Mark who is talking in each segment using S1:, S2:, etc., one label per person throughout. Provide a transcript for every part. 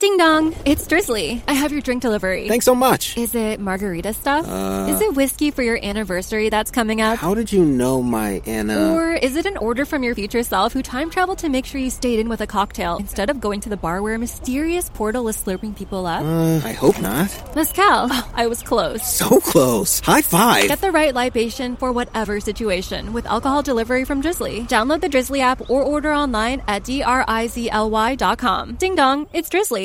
S1: Ding dong, it's Drizzly. I have your drink delivery.
S2: Thanks so much.
S1: Is it margarita stuff? is it whiskey for your anniversary that's coming up?
S2: How did you know my Anna?
S1: Or is it an order from your future self who time traveled to make sure you stayed in with a cocktail instead of going to the bar where a mysterious portal is slurping people up?
S2: Uh, I hope not.
S1: Mezcal. Oh, I was close.
S2: So close. High five.
S1: Get the right libation for whatever situation with alcohol delivery from Drizzly. Download the Drizzly app or order online at drizly.com. Ding dong, it's Drizzly.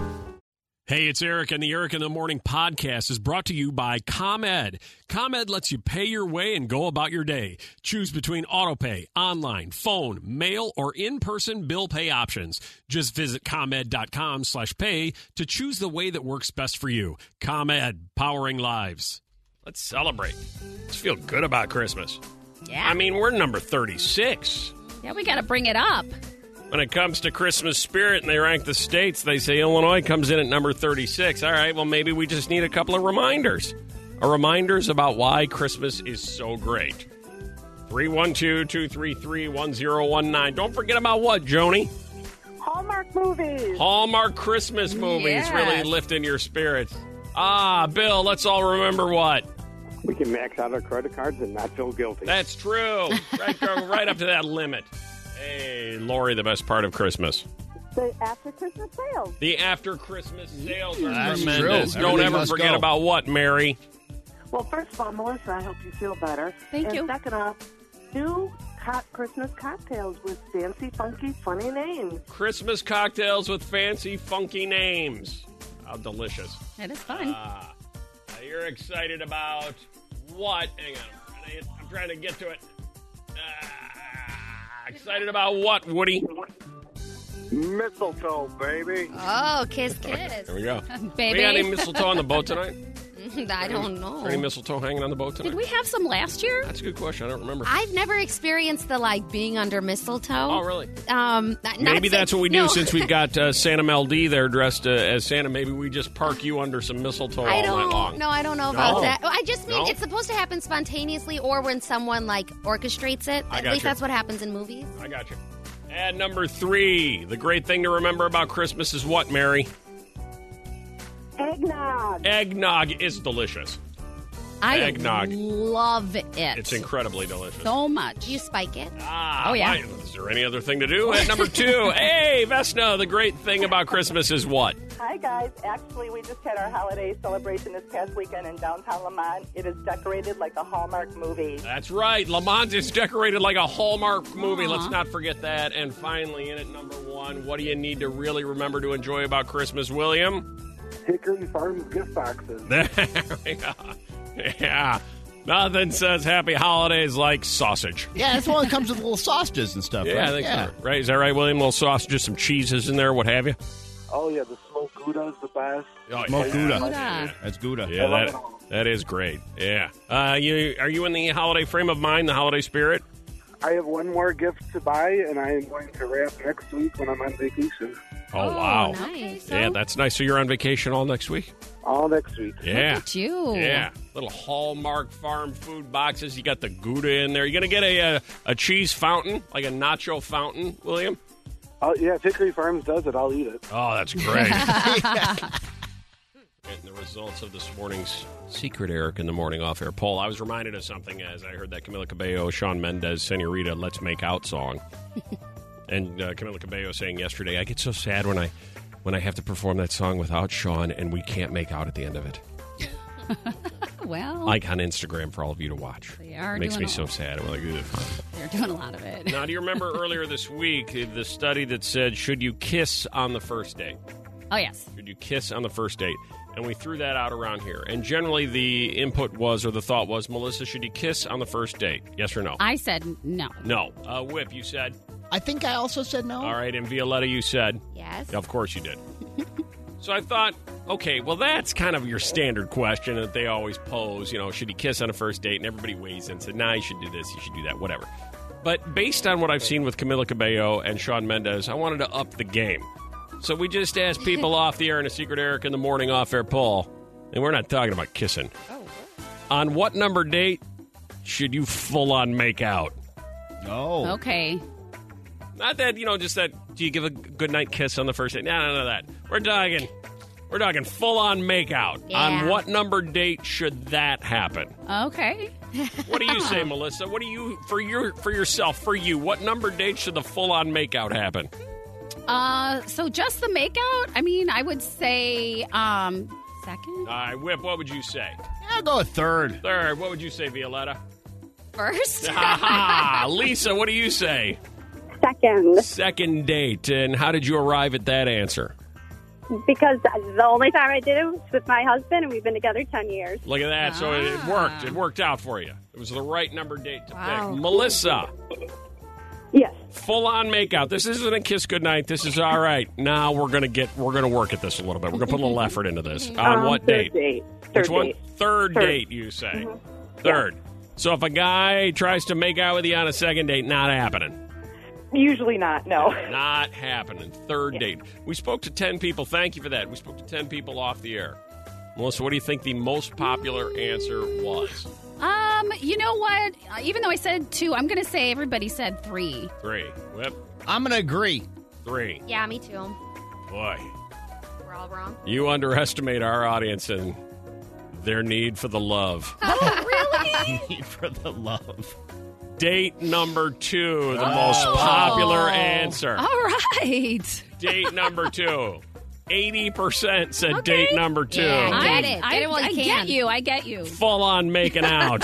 S3: Hey, it's Eric, and the Eric in the Morning podcast is brought to you by ComEd. ComEd lets you pay your way and go about your day. Choose between autopay, online, phone, mail, or in-person bill pay options. Just visit ComEd.com slash pay to choose the way that works best for you. ComEd, powering lives. Let's celebrate. Let's feel good about Christmas.
S4: Yeah.
S3: I mean, we're number 36.
S4: yeah, we got to bring it up.
S3: When it comes to Christmas spirit and they rank the states, they say Illinois comes in at number 36. All right, well, maybe we just need a couple of reminders. A reminders about why Christmas is so great. 312 233 1019. Don't forget about what, Joni?
S5: Hallmark movies.
S3: Hallmark Christmas movies
S4: Yes.
S3: really lifting your spirits. Ah, Bill, let's all remember what.
S6: We can max out our credit cards and not feel guilty.
S3: That's true. Right, go right up to that limit. Hey, Lori, the best part of Christmas.
S5: The after Christmas sales.
S3: The after Christmas sales are
S7: That's
S3: tremendous.
S7: true.
S3: Don't
S7: Everything
S3: ever
S7: must
S3: forget
S7: go.
S3: about what, Mary.
S5: Well, first of all, Melissa, I hope you feel better.
S4: Thank
S5: and
S4: you.
S5: Second off, new co- Christmas cocktails with fancy, funky, funny names.
S3: Christmas cocktails with fancy, funky names. How delicious.
S4: It is fun.
S3: Ah, now you're excited about what? Hang on. I'm trying to, hit- I'm trying to get to it. Ah, excited about what, Woody?
S6: Mistletoe, baby.
S3: Uh.
S4: oh, kiss, kiss.
S3: There we go.
S4: Baby.
S3: We got any mistletoe on the boat tonight?
S4: I don't know.
S3: Any mistletoe hanging on the boat tonight?
S4: Did we have some last year?
S3: That's a good question. I don't remember.
S4: I've never experienced the like being under mistletoe.
S3: oh, really?
S4: Um, not- not
S3: Maybe
S4: say-
S3: that's what we do
S4: no.
S3: since we've got uh, Santa Mel D there dressed uh, as Santa. Maybe we just park you under some mistletoe
S4: I
S3: all
S4: don't.
S3: night long.
S4: No, I don't know about
S3: No.
S4: that. Oh, I just mean
S3: No?
S4: it's supposed to happen spontaneously or when someone like orchestrates it.
S3: I
S4: At
S3: got
S4: least
S3: you.
S4: that's what happens in movies.
S3: I got you. And number three, the great thing to remember about Christmas is what, Mary?
S5: Eggnog.
S3: Eggnog is delicious.
S8: I
S3: Eggnog.
S8: love it.
S3: It's incredibly delicious.
S4: Oh.
S8: so much.
S4: You spike it.
S3: Ah,
S8: Oh, yeah.
S3: why- is there any other thing to do? And number two, hey, Vesna, the great thing about Christmas is what?
S5: Hi, guys. Actually, we just had our holiday celebration this past weekend in downtown Lamont. It is decorated like a Hallmark movie.
S3: That's right. Lamont is decorated like a Hallmark movie. Let's not forget that. And finally, in at number one, what do you need to really remember to enjoy about Christmas, William?
S6: Hickory Farms gift boxes.
S3: There we go. Yeah. Nothing says happy holidays like sausage.
S7: Yeah, that's one that comes with little sausages and stuff.
S3: Yeah,
S7: right?
S3: I think so. Right? Is that right, William? little sausages, some cheeses in there, what have you?
S6: Oh, yeah, the smoked gouda is the best.
S3: Oh,
S7: Smoked
S3: yeah.
S7: Gouda.
S8: Gouda.
S7: That's Gouda.
S3: Yeah, that, that is great. Yeah. Uh, you Are you in the holiday frame of mind, the holiday spirit?
S6: I have one more gift to buy, and I am going to wrap next week when I'm on vacation.
S3: Oh, wow.
S4: Nice.
S3: Yeah, that's nice. So you're on vacation all next week?
S6: All next week.
S3: Yeah.
S8: Oh. Look at you.
S3: Yeah, little Hallmark farm food boxes. You got the Gouda in there. You gonna get a, a a cheese fountain, like a nacho fountain, William?
S6: Oh, yeah, if Hickory Farms does it, I'll eat it.
S3: Oh, that's great. and the results of this morning's secret Eric in the morning off air poll. I was reminded of something as I heard that Camila Cabello, Sean Mendez, Senorita, "Let's Make Out" song, and uh, Camila Cabello saying yesterday, "I get so sad when I when I have to perform that song without Sean, and we can't make out at the end of it."
S8: Well,
S3: like on Instagram for all of you to watch.
S8: Oh. They are
S3: It makes
S8: doing
S3: me
S8: a
S3: so
S8: lot.
S3: sad. I'm like, Ugh.
S8: they're doing a lot of it.
S3: now, do you remember earlier this week uh, the study that said should you kiss on the first date?
S8: Oh, yes.
S3: Should you kiss on the first date? And we threw that out around here. And generally, the input was or the thought was, Melissa, should you kiss on the first date? Yes or no?
S8: I said no.
S3: no. Uh, Whip, you said.
S7: I think I also said no.
S3: All right. And Violetta, you said.
S4: Yes.
S3: Of course you did. So I thought, okay, well, that's kind of your standard question that they always pose. You know, should he kiss on a first date? And everybody weighs in and said, nah, you should do this, you should do that, whatever. But based on what I've seen with Camila Cabello and Sean Mendez, I wanted to up the game. So we just asked people off the air in a secret Eric in the morning off air poll, and we're not talking about kissing. On what number date should you full on make out?
S7: Oh.
S8: Okay.
S3: Not that, you know, just that do you give a good night kiss on the first date? No, no, no, that. We're talking we're talking full on make out.
S4: Yeah.
S3: On what number date should that happen?
S8: Okay.
S3: What do you say, Melissa? What do you for your for yourself, for you, what number date should the full on make out happen?
S8: Uh, so just the makeout. I mean, I would say um second,
S3: All right, Whip, what would you say?
S7: I'll go a third.
S3: Third, what would you say, Violetta?
S8: first.
S3: Ah, Lisa, what do you say?
S9: Second,
S3: Second date, and how did you arrive at that answer?
S9: because the only time I did it was with my husband, and we've been together 10 years.
S3: Look at that. So it, it worked. It worked out for you. It was the right number date to
S4: Wow.
S3: pick. Melissa,
S9: Yes.
S3: full on makeout. This isn't a kiss goodnight. This is all right. Now we're gonna get we're gonna work at this a little bit. We're gonna put a little effort into this. On
S9: Um,
S3: what
S9: third
S3: date?
S9: Third
S3: Which one?
S9: date.
S3: Third,
S9: Third. Mm-hmm.
S3: date, you say. Third. So if a guy tries to make out with you on a second date, not happening.
S5: Usually not, no.
S3: Not happening. Third date. We spoke to 10 people. Thank you for that. We spoke to 10 people off the air. Melissa, what do you think the most popular answer was?
S8: Um, you know what? Uh, Even though I said two, I'm gonna say everybody said three.
S3: Three. Whip.
S7: I'm going to agree.
S3: Three.
S4: Yeah, me too.
S3: Boy,
S4: We're all wrong.
S3: you underestimate our audience and their need for the love.
S7: For the love.
S3: Date number two,
S4: Oh.
S3: the most popular answer.
S8: All right.
S3: Date number two. 80% said
S8: Okay.
S3: date number two.
S4: Yeah, I get it. Get
S8: I,
S4: it while you
S8: I
S4: can.
S8: get you. I get you.
S3: full on making out.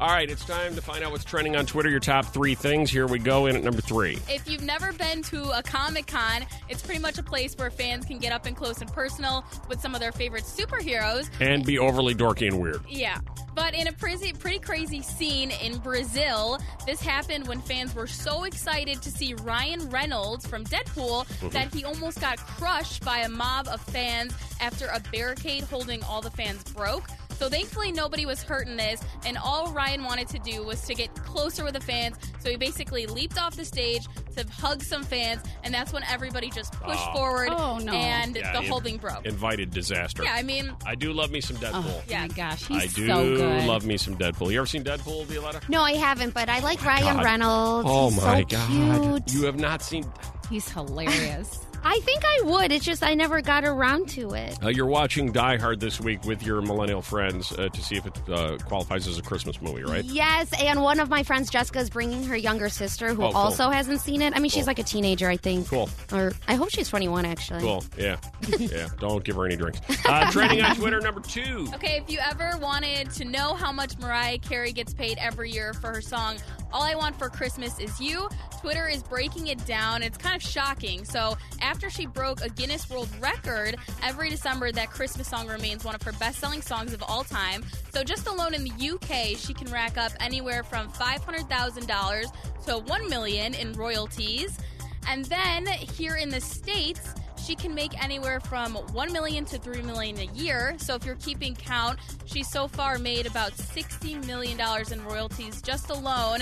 S3: All right, it's time to find out what's trending on Twitter. Your top three things. Here we go in at number three.
S10: If you've never been to a Comic Con, it's pretty much a place where fans can get up and close and personal with some of their favorite superheroes.
S3: And be overly dorky and weird.
S10: Yeah. But in a pretty, pretty crazy scene in Brazil, this happened when fans were so excited to see Ryan Reynolds from Deadpool that he almost got crushed by a mob of fans after a barricade holding all the fans broke. So thankfully nobody was hurt in this, and all Ryan wanted to do was to get closer with the fans. So he basically leaped off the stage to hug some fans, and that's when everybody just pushed forward
S8: Oh, no.
S10: and
S3: Yeah,
S10: the
S3: in-
S10: holding broke.
S3: Invited disaster.
S10: yeah, I mean,
S3: I do love me some Deadpool.
S8: Oh my gosh, he's
S3: I do
S8: so good.
S3: love me some Deadpool. You ever seen Deadpool, Violetta?
S4: No, I haven't, but I like Ryan
S3: God.
S4: Reynolds.
S3: oh
S4: He's
S3: my
S4: so
S3: god!
S4: Cute.
S3: You have not seen.
S8: he's hilarious.
S4: I think I would. It's just I never got around to it.
S3: Uh, you're watching Die Hard this week with your millennial friends uh, to see if it uh, qualifies as a Christmas movie, right?
S4: Yes, and one of my friends, Jessica, is bringing her younger sister, who
S3: Oh, cool.
S4: also hasn't seen it. I mean, she's like a teenager, I think.
S3: Cool.
S4: Or I hope she's 21, actually.
S3: Cool. Yeah. yeah. Don't give her any drinks. Uh, trending on Twitter number two.
S10: Okay, if you ever wanted to know how much Mariah Carey gets paid every year for her song All I Want for Christmas Is You, Twitter is breaking it down. It's kind of shocking. So, after she broke a Guinness World Record, every December that Christmas song remains one of her best selling songs of all time. So, just alone in the UK, she can rack up anywhere from $500,000 to $1 million in royalties. And then here in the States, she can make anywhere from 1 million to 3 million a year. So if you're keeping count, she's so far made about 60 million dollars in royalties just alone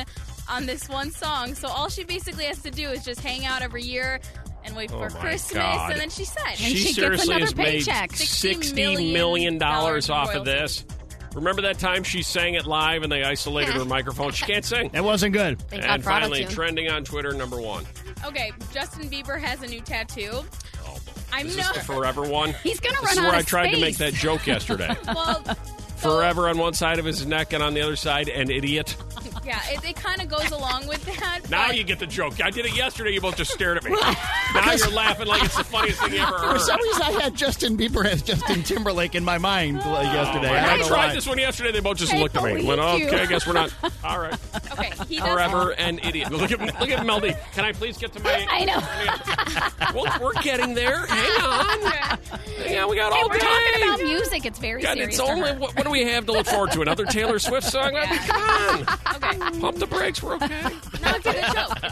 S10: on this one song. So all she basically has to do is just hang out every year and wait for
S3: Oh my
S10: Christmas
S3: God.
S10: and then she's set.
S8: And she gets
S3: seriously
S8: another
S3: has made
S8: paycheck.
S3: sixty
S10: $60
S3: million,
S10: million
S3: dollars off of
S10: royalties.
S3: this. Remember that time she sang it live and they isolated her microphone? She can't sing.
S7: That wasn't good.
S4: Thank God
S3: And
S4: for auto
S3: finally,
S4: tune.
S3: trending on Twitter, number one.
S10: Okay, Justin Bieber has a new tattoo.
S3: Oh,
S10: I
S3: is
S10: know.
S3: this the forever one?
S8: He's gonna
S3: This
S8: run
S3: is
S8: out
S3: where
S8: of
S3: I tried to make
S8: space.
S3: that joke yesterday.
S10: well,
S3: forever on one side of his neck and on the other side, an idiot.
S10: yeah, it, it kind of goes along with that.
S3: Now
S10: but-
S3: you get the joke. I did it yesterday. You both just stared at me. now you're laughing like it's the funniest thing you ever
S7: For
S3: heard.
S7: some reason, I had Justin Bieber as Justin Timberlake in my mind uh, yesterday.
S3: When
S7: I
S3: I
S7: don't know
S3: tried
S7: why.
S3: this one yesterday. They both just
S10: I
S3: looked at me.
S10: believe
S3: Went,
S10: you.
S3: okay, I guess we're not. All right.
S10: Okay, he does
S3: Forever an idiot. Look at look at Melody. Can I please get to my?
S8: I know.
S3: Well, we're getting there. Hang on.
S10: Okay.
S3: Hang now. We got
S8: Hey,
S3: all
S8: we're
S3: day.
S8: talking about music. It's very
S3: God,
S8: serious.
S3: it's only what, what do we have to look forward to? Another Taylor Swift song? I mean, come on. Pump the brakes. We're okay.
S10: It's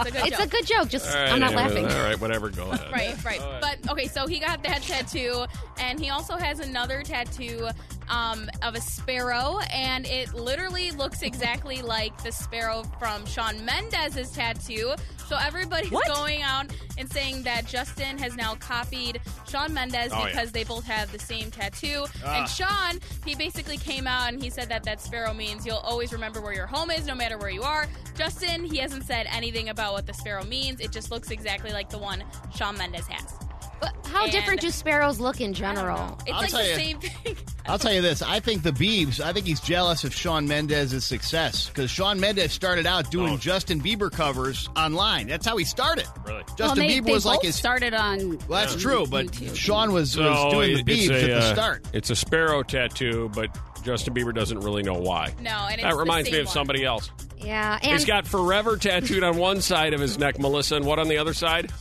S10: a good
S4: It's
S10: joke.
S4: a good joke. Just
S3: All right,
S4: I'm not
S3: anyway,
S4: laughing.
S3: All right, whatever. Go ahead.
S10: Right, right.
S3: All
S10: But okay, so he got that tattoo, and he also has another tattoo um, of a sparrow, and it literally looks exactly like the sparrow from Sean Mendes's tattoo. So everybody's going out and saying that Justin has now copied Sean Mendes
S11: Oh, yeah.
S10: because they both have the same tattoo.
S11: Ah.
S10: And Sean, he basically came out and he said that that sparrow means you'll always remember where your home is, no matter where you are. Justin, he hasn't said anything about what the sparrow means. It just looks exactly like the one Sean Mendes has.
S4: But how
S10: And-
S4: different do sparrows look in general?
S10: It's
S7: I'll
S10: like
S7: tell
S10: the
S7: you.
S10: same thing.
S7: I'll tell you this. I think the Biebs, I think he's jealous of Sean Mendez's success because Sean Mendez started out
S3: Oh.
S7: doing Justin Bieber covers online. That's how he started.
S3: Really?
S7: Justin
S8: well, they,
S7: Bieber
S8: they
S7: was like
S8: both
S7: his.
S8: started on.
S7: well, that's
S8: on
S7: true, but
S8: YouTube.
S7: Sean was, was doing the
S3: it's
S7: Biebs
S3: a,
S7: at the
S3: uh,
S7: start.
S3: It's a sparrow tattoo, but Justin Bieber doesn't really know why.
S10: No, and it's
S3: that
S10: the
S3: reminds me
S10: same
S3: of
S10: one.
S3: somebody else.
S4: Yeah,
S3: He's
S4: and
S3: got forever tattooed on one side of his neck, Melissa, and what on the other side?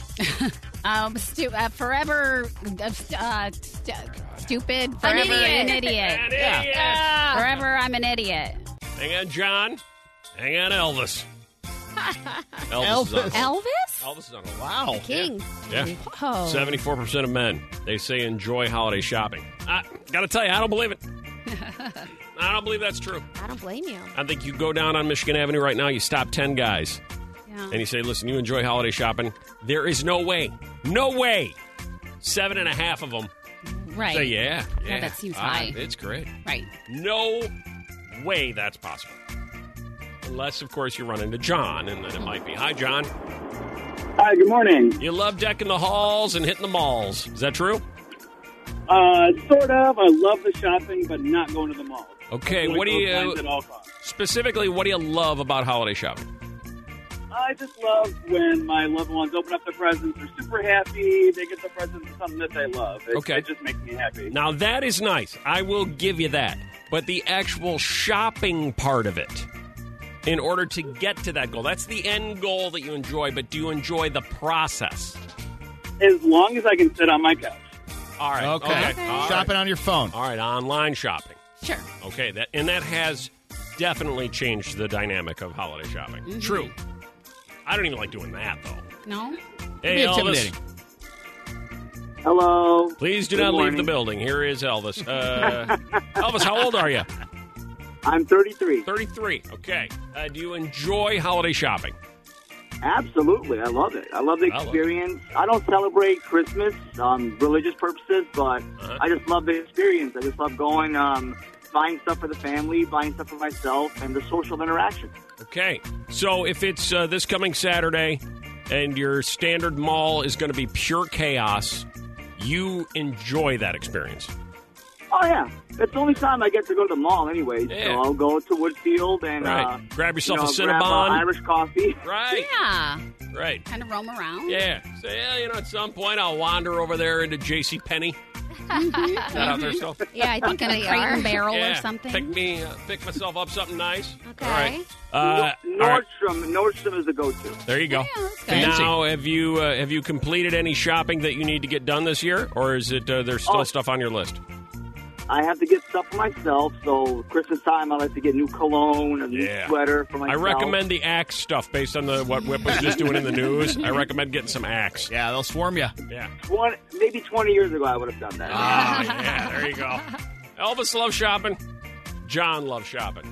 S8: Um, stu- uh, forever uh, st- uh, st- stupid. Forever
S10: idiot.
S8: an idiot.
S3: An
S8: Yeah.
S3: idiot.
S8: Forever I'm an idiot. Oh
S3: Hang on, John. Hang on, Elvis. Elvis. Is on.
S8: Elvis?
S3: Elvis is on. a-
S7: Wow.
S4: King.
S3: Yeah.
S8: Whoa.
S3: Seventy-four percent of men they say enjoy holiday shopping. I gotta tell you, I don't believe it. I don't believe that's true.
S4: I don't blame you.
S3: I think you go down on Michigan Avenue right now, you stop 10 guys,
S8: Yeah.
S3: and you say, Listen, you enjoy holiday shopping. There is no way, no way, seven and a half of them
S8: Right.
S3: say, Yeah, yeah.
S8: that seems
S3: Ah,
S8: high.
S3: It's great.
S8: Right.
S3: No way that's possible. Unless, of course, you run into John, and then it might be, Hi, John.
S12: Hi, good morning.
S3: You love decking the halls and hitting the malls. Is that true?
S12: Uh, sort of. I love the shopping, but not going to the mall.
S3: Okay,
S12: Avoid
S3: what do
S12: those
S3: you-
S12: lines At all costs.
S3: Specifically, what do you love about holiday shopping?
S12: I just love when my loved ones open up their presents. They're super happy. They get the presents of something that they love. It,
S3: Okay.
S12: It just makes me happy.
S3: Now that is nice. I will give you that. But the actual shopping part of it, in order to get to that goal, that's the end goal that you enjoy. But do you enjoy the process?
S12: As long as I can sit on my couch.
S3: All right.
S7: Okay. Okay.
S3: All right.
S7: Shopping on your phone.
S3: All right. Online shopping.
S8: Sure.
S3: Okay. That and that has definitely changed the dynamic of holiday shopping.
S7: Mm-hmm.
S8: Mhm.
S3: True. I don't even like doing that though.
S8: No?
S3: Hey,
S7: It'd
S3: Elvis.
S7: be intimidating.
S12: Hello.
S3: Please do
S12: Good
S3: not
S12: morning.
S3: leave the building. Here is Elvis. Uh, Elvis, how old are you?
S12: I'm 33.
S3: 33. Okay. Uh, do you enjoy holiday shopping?
S12: Absolutely. I love it. I love the
S3: I love it.
S12: experience. I don't celebrate Christmas on religious purposes, but
S3: Uh-huh.
S12: I just love the experience. I just love going, um, buying stuff for the family, buying stuff for myself, and the social interaction.
S3: Okay. So if it's uh, this coming Saturday and your standard mall is going to be pure chaos, you enjoy that experience.
S12: Oh, yeah. It's the only time I get to go to the mall anyway,
S3: Yeah.
S12: so I'll go to Woodfield and
S3: Right.
S12: uh,
S3: Grab yourself
S12: you
S3: a
S12: know, grab
S3: Cinnabon.
S12: Irish coffee.
S3: Right.
S8: Yeah.
S3: Right.
S8: Kind of roam around.
S3: Yeah. So, yeah, you know, at some point I'll wander over there into J.C. Penney. Is that out there still?
S8: Yeah, I think in a
S4: they
S8: crate
S4: are.
S8: and barrel or
S3: Yeah.
S8: something.
S3: Pick me, uh, pick myself up something nice.
S4: Okay.
S3: All right. Uh, all right.
S12: Nordstrom, Nordstrom is a go-to.
S3: There you go.
S7: Fancy.
S3: Now, have you uh, have you completed any shopping that you need to get done this year, or is it uh, there's still
S12: Oh.
S3: stuff on your list?
S12: I have to get stuff for myself, so Christmas time I like to get new cologne, a new
S3: Yeah.
S12: sweater for
S3: I
S12: myself.
S3: recommend the axe stuff based on the what Whip was just doing in the news. I recommend getting some axe.
S7: Yeah, they'll swarm you.
S3: Yeah.
S12: 20, maybe 20 years ago I would have done that.
S3: Ah, yeah. There you go. Elvis loves shopping. John loves shopping.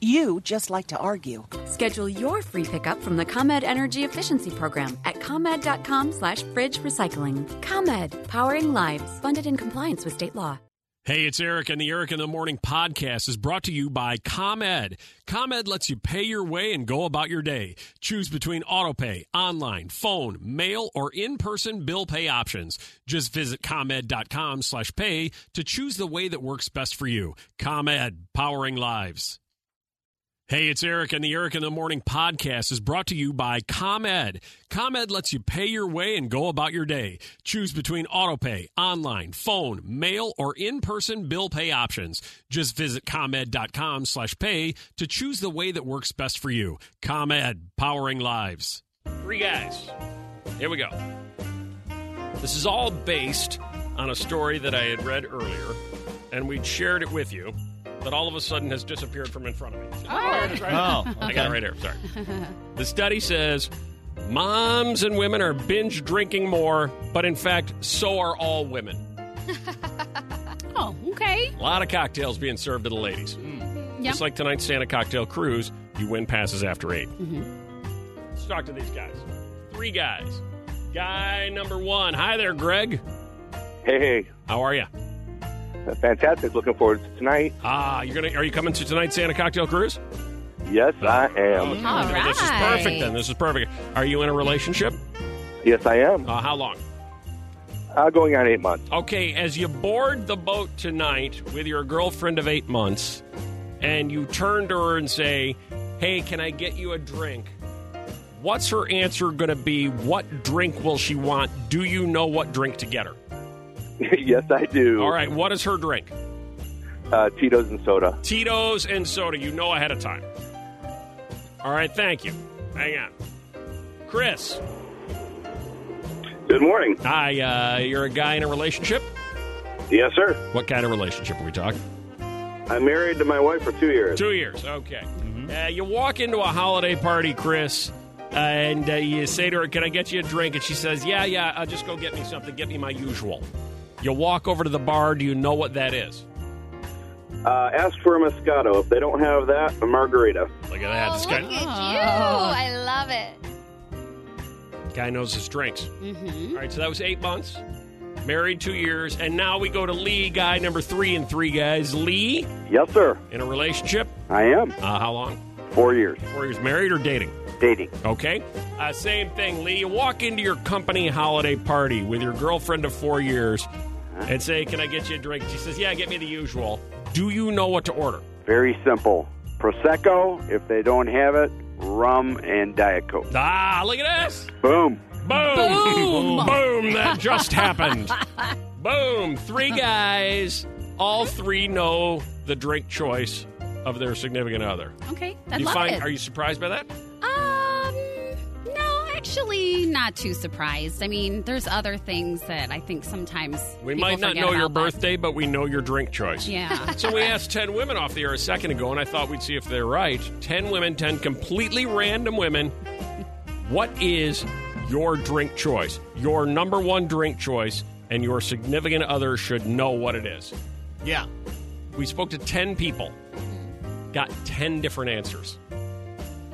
S13: You just like to argue.
S14: Schedule your free pickup from the ComEd Energy Efficiency Program at ComEd.com slash fridge recycling. ComEd, powering lives, funded in compliance with state law.
S3: Hey, it's Eric, and the Eric in the Morning podcast is brought to you by ComEd. ComEd lets you pay your way and go about your day. Choose between autopay, online, phone, mail, or in-person bill pay options. Just visit ComEd.com slash pay to choose the way that works best for you. ComEd, powering lives.
S11: Hey, it's Eric, and the Eric in the Morning podcast is brought to you by ComEd. ComEd lets you pay your way and go about your day. Choose between autopay, online, phone, mail, or in-person bill pay options. Just visit ComEd.com slash pay to choose the way that works best for you. ComEd, powering lives.
S3: Three guys. Here we go. This is all based on a story that I had read earlier, and we'd shared it with you, that all of a sudden has disappeared from in front of me.
S8: Oh.
S3: There it is right there.
S8: Oh,
S3: I got
S8: okay.
S3: it right here. Sorry. The study says moms and women are binge drinking more, but in fact, so are all women.
S8: Oh, okay. Mm.
S3: A lot of cocktails being served to the ladies.
S8: Yeah.
S3: Just like tonight's Santa Cocktail Cruise, you win passes after eight.
S8: Mm-hmm.
S11: Let's
S3: talk to these guys. Three guys. Guy number one. Hi there, Greg.
S6: Hey, hey.
S3: How are you?
S6: Fantastic. Looking forward to tonight.
S3: Ah, you're gonna. Are you coming to tonight's Santa Cocktail Cruise?
S6: Yes, I am.
S3: Well, This is
S6: right.
S3: perfect. Then this is perfect. Are you in a relationship?
S6: Yes, I am.
S3: Uh, how long?
S6: Uh, going on eight months.
S3: Okay, as you board the boat tonight with your girlfriend of eight months, and you turn to her and say, "Hey, can I get you a drink?" What's her answer going to be? What drink will she want? Do you know what drink to get her?
S6: yes, I do.
S3: All right, what is her drink?
S6: Uh, Tito's and soda.
S3: Tito's and soda. You know ahead of time. All right, thank you. Hang on. Chris.
S15: Good morning.
S3: Hi, uh, you're a guy in a relationship?
S15: Yes, sir.
S3: What kind of relationship are we talking?
S15: I'm married to my wife for two years.
S3: Two years, okay. Uh, you walk into a holiday party, Chris, and uh, you say to her, Can I get you a drink? And she says, Yeah, yeah, uh, just go get me something. Get me my usual. You walk over to the bar. Do you know what that is?
S15: Uh, ask for a Moscato. If they don't have that, a margarita.
S3: Look at
S4: Oh,
S3: that. this
S16: Oh, Look at you.
S3: guy,
S16: I love it.
S3: guy knows his drinks.
S16: Mm-hmm.
S3: All right, so that was eight months. Married two years. And now we go to Lee, guy number three and three guys. Lee?
S15: Yes, sir.
S3: In a relationship?
S15: I am.
S3: Uh, how long?
S15: Four years.
S3: Four years. Married or dating?
S15: Dating.
S3: Okay. Uh, same thing, Lee. You walk into your company holiday party with your girlfriend of four years and say, Can I get you a drink? She says, Yeah, get me the usual. Do you know what to order?
S15: Very simple. Prosecco. If they don't have it, rum and Diet Coke.
S3: Ah, look at this.
S15: Boom.
S3: Boom.
S15: Boom.
S3: Boom. That just happened. Boom. Three guys. All three know the drink choice of their significant other.
S8: Okay. I
S3: you
S8: love
S3: find
S8: it.
S3: are you surprised by that?
S8: Um, no, actually, not too surprised. I mean, there's other things that I think sometimes
S3: We
S8: people
S3: might not
S8: forget
S3: know your
S8: about, but-
S3: birthday, but we know your drink choice.
S8: Yeah.
S3: So we asked 10 women off the air a second ago, and I thought we'd see if they're right. 10 women, 10 completely random women. What is your drink choice? Your number one drink choice, and your significant other should know what it is.
S7: Yeah.
S3: We spoke to 10 people, got 10 different answers.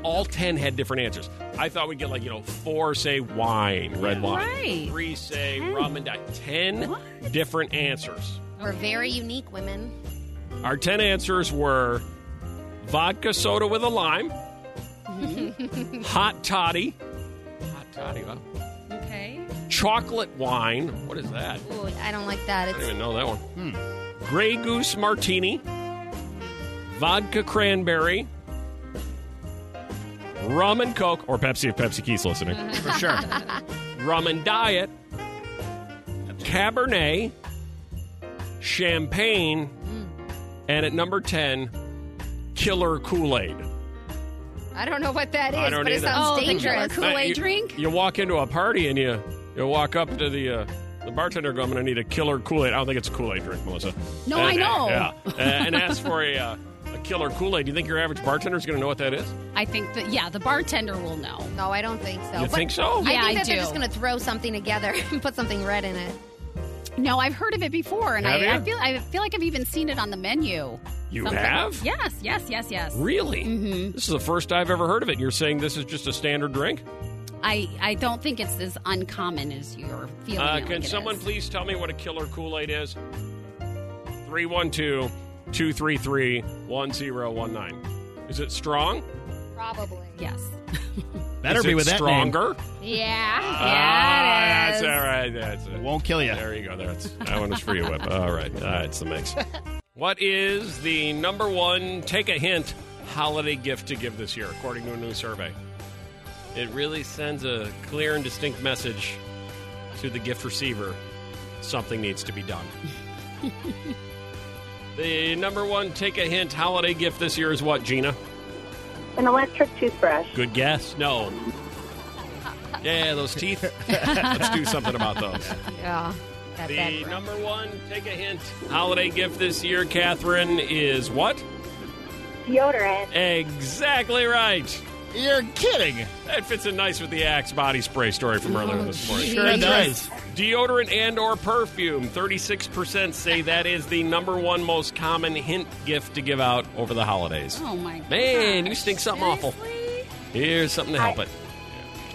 S3: All 10 had different answers. I thought we'd get like, you know, four say wine, red wine.
S16: Right.
S3: Three say rum and diet. 10 different answers.
S4: We're very unique women.
S3: Our 10 answers were vodka soda with a lime, hot toddy, hot toddy, wow.
S16: okay.
S3: chocolate wine. What is that?
S4: Ooh, I don't like that.
S3: I don't
S4: It's
S3: even know that one. Grey Goose Martini, vodka cranberry, rum and Coke, or Pepsi if Pepsi Keith's listening.
S7: For sure.
S3: rum and diet, Cabernet, champagne,
S7: Mm.
S3: and at number 10, killer Kool Aid.
S4: I don't know what that is,
S3: I don't
S4: but it
S3: either.
S4: sounds
S8: Oh, the killer
S4: dangerous.
S8: Kool-Aid
S3: you, You walk into a party and you you walk up to the uh, the bartender. and Go, I'm going to need a killer Kool Aid. I don't think it's a Kool Aid drink, Melissa.
S8: No,
S3: And-
S8: I know.
S3: Yeah, Uh, and ask for a uh, a killer Kool Aid. Do you think your average bartender is going to know what that is?
S8: I think that yeah, the bartender will know.
S4: No, I don't think so.
S3: You
S4: But
S3: think so?
S4: I
S8: Yeah,
S4: think
S8: I
S4: that they're
S8: do.
S4: just going to throw something together and put something red in it.
S8: No, I've heard of it before, and
S3: Have
S8: I, I
S3: you?
S8: feel I feel like I've even seen it on the menu.
S3: You
S8: Something- Mm-hmm.
S3: have?
S8: Yes, yes, yes, yes.
S3: Really? This is the first I've ever heard of it. You're saying this is just a standard drink?
S8: I I don't think it's as uncommon as you're feeling.
S3: Uh,
S8: it
S3: can
S8: like it
S3: someone
S8: is.
S3: please tell me what a killer Kool Aid is? 312 233 1019. Is it strong?
S4: Probably.
S8: Yes.
S7: Better
S3: Is
S7: be
S3: it
S7: with that name.
S3: stronger?
S4: Yeah.
S3: Ah,
S4: yeah, it
S3: that's
S4: is.
S3: all right. That's it. Won't kill you. There you go. That's that one is for you, Whip. All right, uh, it's the mix. What is the number one? Take a hint holiday gift to give this year, according to a new survey. It really sends a clear and distinct message to the gift receiver something needs to be done. the number one take a hint holiday gift this year is what, Gina?
S9: An electric toothbrush.
S3: Good guess. No. Yeah, those teeth. Let's do something about those.
S4: Yeah. that
S3: The
S4: bad breath.
S3: number one, take a hint, holiday gift this year, Catherine, is what?
S9: Deodorant.
S3: Exactly right.
S7: You're kidding.
S3: That fits in nice with the Axe body spray story from earlier this morning.
S7: Sure it does.
S3: Deodorant and or perfume. 36% say that is the number one most common hint gift to give out over the holidays.
S8: Oh my god.
S3: Man, you stink something awful. Here's something to help it.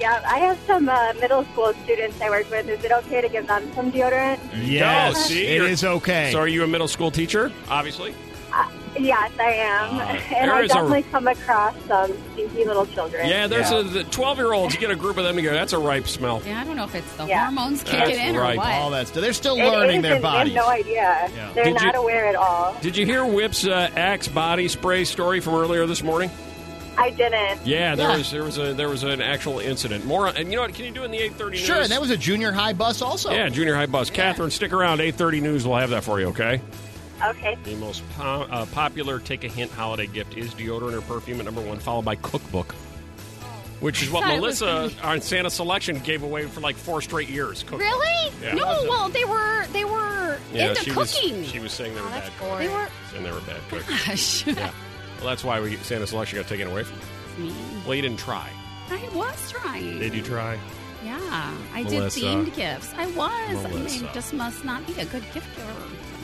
S9: Yeah, I have some uh, middle school students I work with. Is it okay to give them some deodorant?
S7: Yes,
S3: Go, see?
S7: it
S3: You're-
S7: is okay.
S3: So are you a middle school teacher? Obviously.
S9: Yes, I am. and
S3: there
S9: I
S3: is a-
S9: definitely come across some stinky little children.
S3: Yeah, there's a the 12-year-olds. You get a group of them and you go, that's a ripe smell.
S8: Yeah, I don't know if it's the
S9: Yeah.
S8: hormones
S3: That's
S8: kicking in
S3: right.
S8: or what.
S7: All that stuff. They're still
S9: It
S7: learning
S9: is,
S7: their
S9: and they have
S7: bodies.
S9: no idea.
S3: Yeah.
S9: They're
S3: Did
S9: not
S3: you-
S9: aware at all.
S3: Did you hear Whip's uh, Axe body spray story from earlier this morning?
S9: I didn't.
S3: Yeah, there was there was a there was an actual incident. More on- and you know what? Can you do it in the 8:30 news?
S7: Sure, and that was a junior high bus also.
S3: Yeah, junior high bus. Catherine, stick around. 8:30 news. We'll have that for you. Okay.
S9: Okay.
S3: The most po- uh, popular take a hint holiday gift is deodorant or perfume at number one, followed by cookbook, which is what
S8: Thought it was
S3: Melissa
S8: gonna be-
S3: on Santa Selection gave away for like four straight years. Cookbook.
S8: Really?
S3: Yeah.
S8: No, well, they were they were
S3: Yeah,
S8: into
S3: she
S8: cooking.
S3: Was, she was
S4: Oh,
S3: saying they were bad. cooks,
S8: They were
S3: and they were bad cooks.
S8: gosh.
S3: yeah. Well, that's why we Santa Selection got taken away from. you. Well, you didn't try.
S8: I was trying.
S3: Did you try?
S8: Yeah, I
S3: Melissa.
S8: did themed gifts. I was.
S3: Melissa.
S8: I just must not be a good gift giver.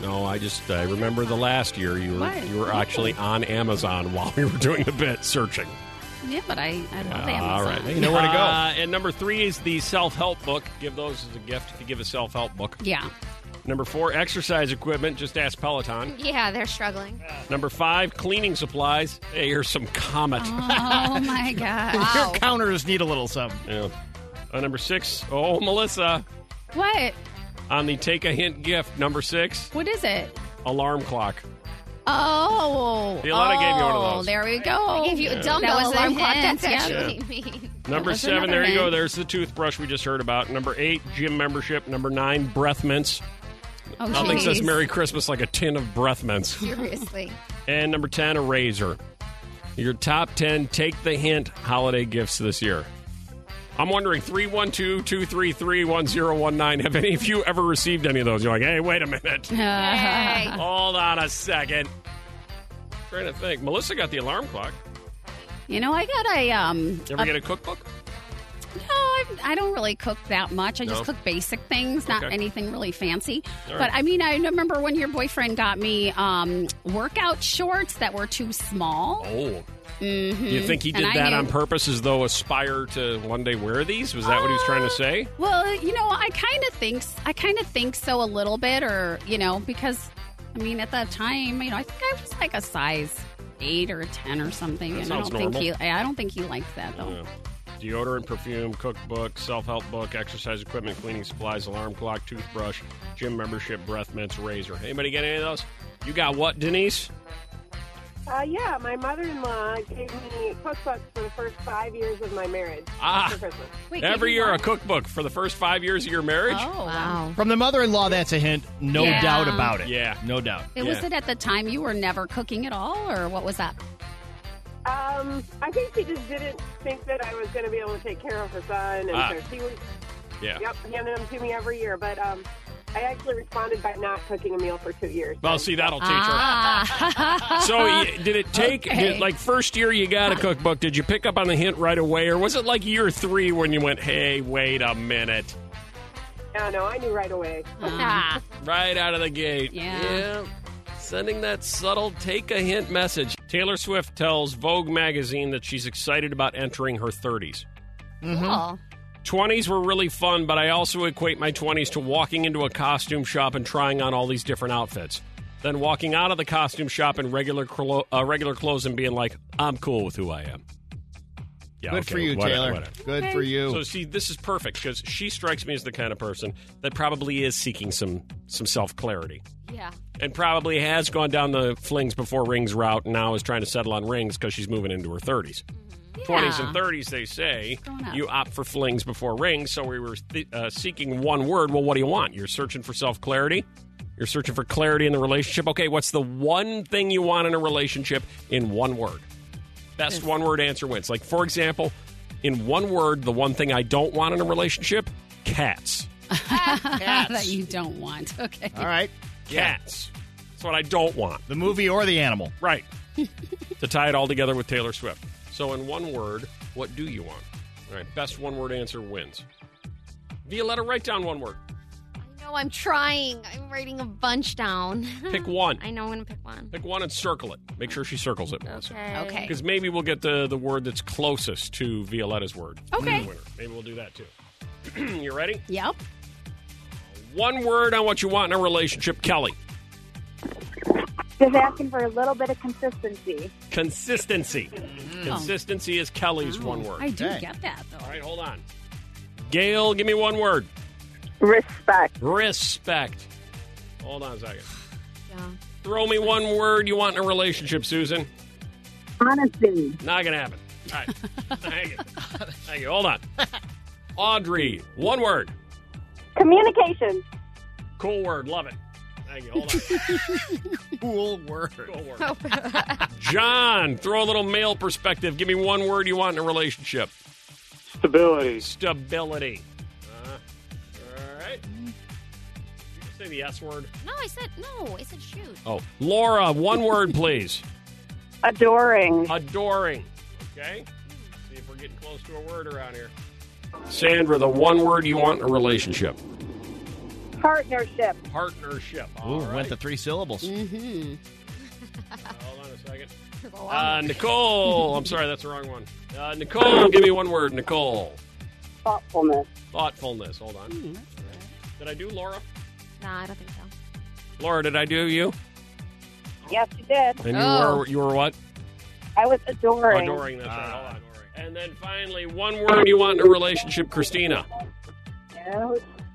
S3: No, I just I remember the last year you were
S8: What?
S3: you were actually on Amazon while we were doing the bit searching.
S8: Yeah, but I, I love
S3: Uh,
S8: Amazon.
S3: All right,
S7: You know where to go.
S3: Uh, and number three is the self help book. Give those as a gift if you give a self help book.
S8: Yeah.
S3: Number four, exercise equipment. Just ask Peloton.
S4: Yeah, they're struggling.
S3: Number five, cleaning supplies. Hey, here's some Comet.
S8: Oh my god.
S7: Your counters need a little something.
S3: Yeah. Uh, number six, oh Melissa,
S8: What?
S3: on the take a hint gift. Number six,
S8: What is it?
S3: alarm clock.
S8: Oh.
S3: Violetta gave you one of
S8: oh,
S3: those.
S8: There we go.
S4: I gave you a
S3: Yeah.
S4: dumbbell
S8: That was a
S4: alarm clock.
S8: hint,
S4: That's
S8: yeah.
S4: actually me.
S3: Number
S8: There's
S3: seven,
S8: another
S3: there you go.
S8: hint.
S3: There's the toothbrush we just heard about. Number eight, gym membership. Number nine, breath mints.
S8: Oh,
S3: Nothing says
S8: jeez.
S3: Merry Christmas like a tin of breath mints.
S4: Seriously.
S3: And number 10, a razor. Your top 10 take the hint holiday gifts this year. I'm wondering 312 233 1019. Have any of you ever received any of those? You're like, hey, wait a minute.
S8: Uh, Hey.
S3: Hold on a second. Trying to think. Melissa got the alarm clock.
S8: You know, I got a um.
S3: You ever
S8: a-
S3: get a cookbook?
S8: No, I've, I don't really cook that much. I just
S3: No?
S8: cook basic things, not
S3: Okay.
S8: anything really fancy.
S3: All right.
S8: But I mean, I remember when your boyfriend got me um, workout shorts that were too small.
S3: Oh.
S8: Mm-hmm.
S3: You think he did that on purpose as though aspire to one day wear these? Was that what he was trying to say?
S8: Well, Uh, you know, I kind of think s- I kind of think so a little bit, or you know, because I mean, at that time, you know, I think I was like a size eight or a ten or something,
S3: That
S8: and I
S3: sounds
S8: don't think he,
S3: normal.
S8: I don't think he liked that though.
S3: Deodorant, perfume, cookbook, self help book, exercise equipment, cleaning supplies, alarm clock, toothbrush, gym membership, breath mints, razor. Anybody get any of those? You got what, Denise?
S17: Uh, yeah, my mother-in-law gave me cookbooks for the first five years of my marriage
S3: Ah.
S17: for Christmas.
S3: Every year a cookbook for the first five years of your marriage.
S8: oh, wow.
S7: From the mother in law, that's a hint. No
S8: Yeah.
S7: doubt about it.
S3: Yeah.
S7: No doubt.
S8: It was it at the time you were never cooking at all, or what was that?
S17: Um, I think she just didn't think that I was going to be able to take care of her son, and
S3: Ah.
S17: so she was,
S3: Yeah.
S17: yep, handed them to me every year. But um, I actually responded by not cooking a meal for two years.
S3: Well, see, that'll teach her.
S8: Ah.
S3: So, y- did it take,
S17: Okay.
S3: did- like, first year you got a cookbook? Did you pick up on the hint right away? Or was it like year three when you went, hey, wait a minute?
S17: No, no, I knew right away.
S8: Ah.
S3: Right out of the gate.
S8: Yeah.
S3: Sending that subtle take a hint message. Taylor Swift tells Vogue magazine that she's excited about entering her 30s.
S8: Cool.
S3: 20s were really fun, but I also equate my 20s to walking into a costume shop and trying on all these different outfits. Then walking out of the costume shop in regular clo- uh, regular clothes and being like, I'm cool with who I am. Yeah,
S7: Good
S3: okay,
S7: for you,
S3: whatever,
S7: Taylor.
S3: whatever.
S7: Good for you.
S3: So see, this is perfect because she strikes me as the kind of person that probably is seeking some some self clarity.
S10: Yeah.
S3: and probably has gone down the flings before rings route and now is trying to settle on rings because she's moving into her 30s. 20s and 30s, they say
S11: Going up.
S3: you opt for flings before rings. So we were th- uh, seeking one word. Well, what do you want? You're searching for self clarity. You're searching for clarity in the relationship. Okay, what's the one thing you want in a relationship in one word? Best one word answer wins. Like, for example, in one word, the one thing I don't want in a relationship cats.
S8: that you don't want. Okay.
S7: All right.
S3: Cats. That's what I don't want.
S7: The movie or the animal.
S3: Right. to tie it all together with Taylor Swift. So, in one word, what do you want? All right, best one word answer wins. Violetta, write down one word.
S4: No, I'm trying. I'm writing a bunch down.
S3: Pick one.
S4: Hmm, I know I'm going to pick one.
S3: Pick one and circle it. Make sure she circles it.
S4: Okay. Okay.
S3: Because maybe we'll get the, the word that's closest to Violetta's word.
S8: Okay.
S3: The winner. Maybe we'll do that too. you ready?
S8: Yep.
S3: One word on what you want in a relationship, Kelly.
S9: Just asking for a little bit of consistency.
S3: Consistency.
S4: Mm-hmm.
S3: Consistency is Kelly's one
S4: Mm.
S3: word.
S8: I do get that though.
S3: All right, hold on. Gail, give me one word.
S17: Respect.
S3: Respect. Hold on a second. Throw me one word you want in a relationship, Susan.
S17: Honesty.
S3: Not gonna happen. All right. Thank you. Thank you. Hold on. Audrey, one word.
S9: Communication.
S3: Cool word. Love it. Thank you. Hold on. cool word. Cool word. John, throw a little male perspective. Give me one word you want in a relationship.
S18: Stability.
S3: Stability. Uh, all right. Did you say the S word?
S4: No, I said no. I said shoot.
S3: Oh, Laura, one word, please.
S17: Adoring.
S3: Ah. Adoring. Okay. See if we're getting close to a word around here. Sandra, the one word you want in a relationship.
S17: Partnership.
S3: Partnership.
S7: Ooh,
S3: All right.
S7: went to three syllables. Mm-hmm.
S3: Hold on a second. Uh, Nicole, I'm sorry, that's the wrong one. Uh, Nicole, give me one word. Nicole.
S17: Thoughtfulness.
S3: Thoughtfulness. Hold on. Did I do Laura?
S4: No, I don't think so.
S3: Laura, did I do you?
S17: Yes, you did.
S3: And you were you were what?
S17: I was adoring.
S3: Adoring. That's right. Hold on. And then finally, one word you want in a relationship, Christina.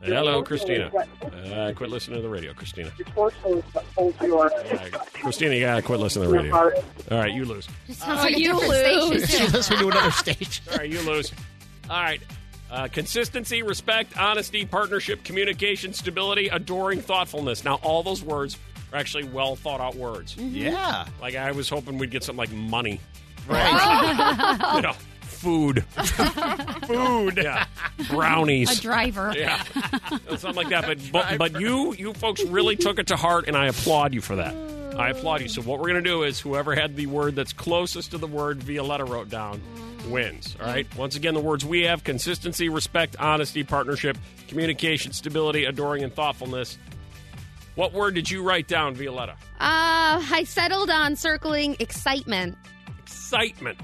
S3: Hello, Christina. Uh, quit listening to the radio, Christina. Yeah, Christina, you gotta quit listening to the radio. All right, you lose.
S4: Sounds like a different station, too.
S7: She listened to another station.
S3: All right, you lose. All right. Uh, consistency, respect, honesty, partnership, communication, stability, adoring, thoughtfulness. Now, all those words are actually well thought out words.
S8: Mm-hmm.
S7: Yeah.
S3: Like, I was hoping we'd get something like money.
S8: Right.
S3: you know, food. food. Yeah. Brownies.
S8: A driver.
S3: Yeah. Something like that. But, but, but you, you folks really took it to heart, and I applaud you for that. I applaud you. So, what we're going to do is whoever had the word that's closest to the word Violetta wrote down wins. All right. Once again, the words we have consistency, respect, honesty, partnership, communication, stability, adoring, and thoughtfulness. What word did you write down, Violetta?
S4: Uh, I settled on circling excitement.
S3: Excitement.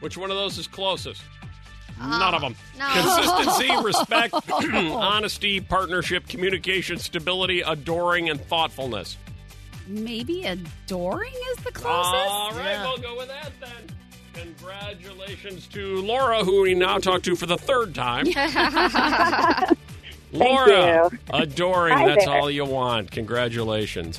S3: Which one of those is closest?
S17: Uh,
S3: None of them.
S4: no.
S3: Consistency, respect, honesty, partnership, communication, stability, adoring, and thoughtfulness.
S8: Maybe adoring is the closest.
S3: All right, we'll go with that then. Congratulations to Laura, who we now talk to for the third time. Laura,
S17: you.
S3: adoring.
S17: Hi
S3: that's
S17: there.
S3: all you want. Congratulations.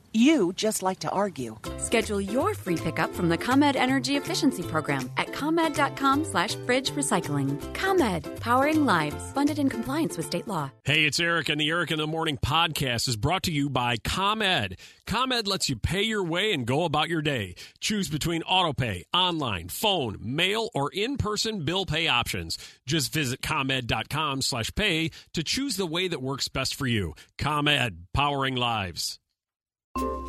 S13: You just like to argue.
S14: Schedule your free pickup from the ComEd Energy Efficiency Program at ComEd.com slash fridge recycling. ComEd, powering lives, funded in compliance with state law.
S3: Hey, it's Eric, and the Eric in the Morning podcast is brought to you by ComEd. ComEd lets you pay your way and go about your day. Choose between autopay, online, phone, mail, or in-person bill pay options. Just visit ComEd.com slash pay to choose the way that works best for you. ComEd, powering lives.